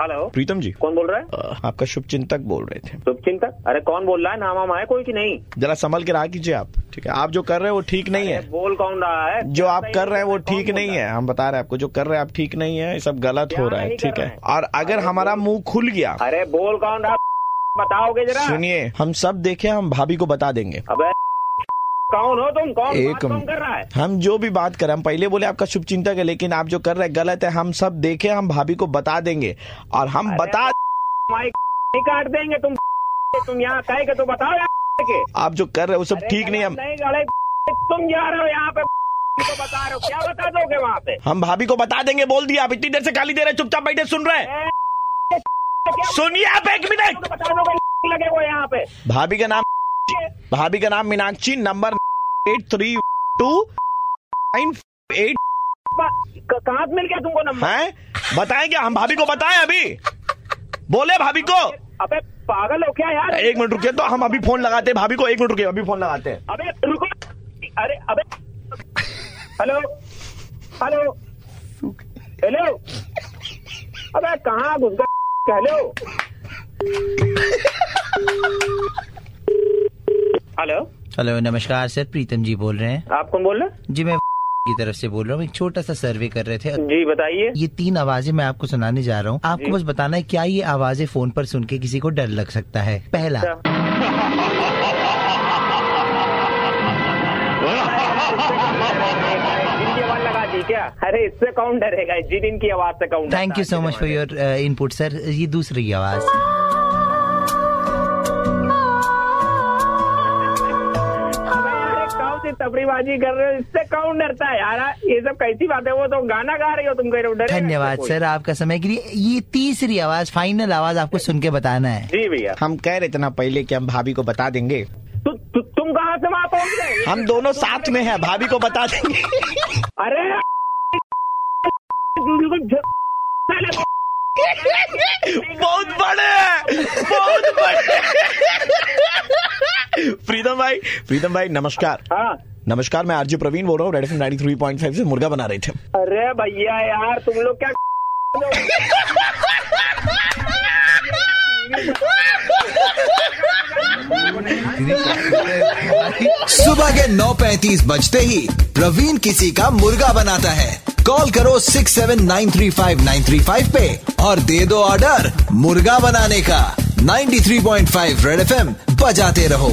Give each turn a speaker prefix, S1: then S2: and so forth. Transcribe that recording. S1: Hello
S2: Pritam ji
S1: कौन बोल रहा है
S2: अ, आपका शुभ चिंतक बोल रहे थे
S1: शुभचिंतक अरे कौन बोल रहा है नाम हम आए कोई कि नहीं
S2: जरा संभल के रहा कीजिए आप ठीक है आप जो कर रहे हो वो ठीक नहीं है
S1: अरे बोल कौन रहा है
S2: जो
S1: क्या
S2: आप
S1: नहीं
S2: कर रहे हैं वो
S1: कौन
S2: ठीक
S1: बोल
S2: नहीं
S1: रहा
S2: है हम बता रहे हैं आपको जो कर रहे हैं आप ठीक नहीं है ये सब गलत
S1: क्या
S2: हो रहा है
S1: नहीं कर
S2: ठीक है
S1: रहे हैं?
S2: और अगर हमारा मुंह खुल गया
S1: अरे बोल कौन रहा बताओगे जरा
S2: सुनिए हम सब देखे हम भाभी को बता देंगे
S1: अबे कौन हो तुम कौन
S2: एक
S1: बात कौन कर रहा है
S2: हम जो भी बात करें हम पहले बोले आपका शुभ चिंतक है लेकिन आप जो कर रहे हैं गलत है हम सब देखे हम भाभी को बता देंगे और हम बता
S1: माइक नहीं काट देंगे तुम तुम यहाँ कहे के तो बताओ यार के
S2: आप जो कर रहे हो वो सब
S1: अरे
S2: ठीक नहीं
S1: गलत
S2: हम
S1: नहीं अरे तुम जा रहे हो यहाँ पे को बता रहे हो क्या बता दोगे वहाँ पे
S2: हम भाभी को बता देंगे बोल दिया आप इतनी देर से गाली दे रहे हैं, चुपचाप बैठे सुन रहे हैं
S1: क्या तो
S2: सुनिए आप एक मिनट
S1: बता दोगे लगे वो यहाँ पे
S2: भाभी का नाम भाभी का नाम Meenakshi number eight three two nine eight
S1: क- कहाँ से मिल गया तुमको नंबर
S2: है बताएं क्या हम भाभी को बताएं अभी बोले भाभी को
S1: अबे पागल हो क्या यार
S2: एक मिनट रुकिए तो हम अभी फोन लगाते हैं भाभी को एक मिनट रुकिए अभी फोन लगाते हैं
S1: अबे रुको अरे अबे हेलो हेलो हेलो अबे कहाँ घुस गए हेलो हेलो
S3: हेलो नमस्कार सर प्रीतम जी बोल रहे हैं
S1: आप कौन बोल रहे हैं?
S3: जी मैं की तरफ से बोल रहा हूँ एक छोटा सा सर्वे कर रहे थे
S1: जी बताइए
S3: ये तीन आवाजें मैं आपको सुनाने जा रहा हूँ आपको बस बताना है क्या ये आवाजें फोन पर सुन के किसी को डर लग सकता है पहला
S1: अच्छा। जिन की आवाज लगा दी क्या अरे इससे कौन डरेगा जिन इनकी आवाज से कौन
S3: thank you so much for your input sir uh, ये दूसरी आवाज
S1: तबड़ीबाजी कर रहे हो इससे कौन डरता है यार ये सब कैसी बात है वो तो गाना गा रही हो तुम कह रहे हो डरेगा इससे
S3: धन्यवाद
S1: कोई।
S3: सर आपका समय के लिए ये तीसरी आवाज फाइनल आवाज आपको सुन के बताना है
S1: जी भैया
S2: हम कह रहे थे ना पहले कि हम भाभी को बता देंगे
S1: तु, तु, तुम कहाँ से वहाँ पहुँच गए
S2: हम दोनों साथ में हैं भाभी को बता देंगे
S1: अरे बिल्कुल झ- साले
S2: बहुत बड़े हैं, बहुत बड़े हैं। प्रीतम भाई प्रीतम भाई नमस्कार
S1: हाँ
S2: नमस्कार मैं आरजी प्रवीण बोल रहा हूँ रेड एफ 93.5 से मुर्गा बना रहे थे
S1: अरे भैया यार तुम लोग क्या
S4: सुबह के 9:35 बजते ही प्रवीण किसी का मुर्गा बनाता है कॉल करो 6793593 पे और दे दो ऑर्डर मुर्गा बनाने का 93.5 रेड एफएम बजाते रहो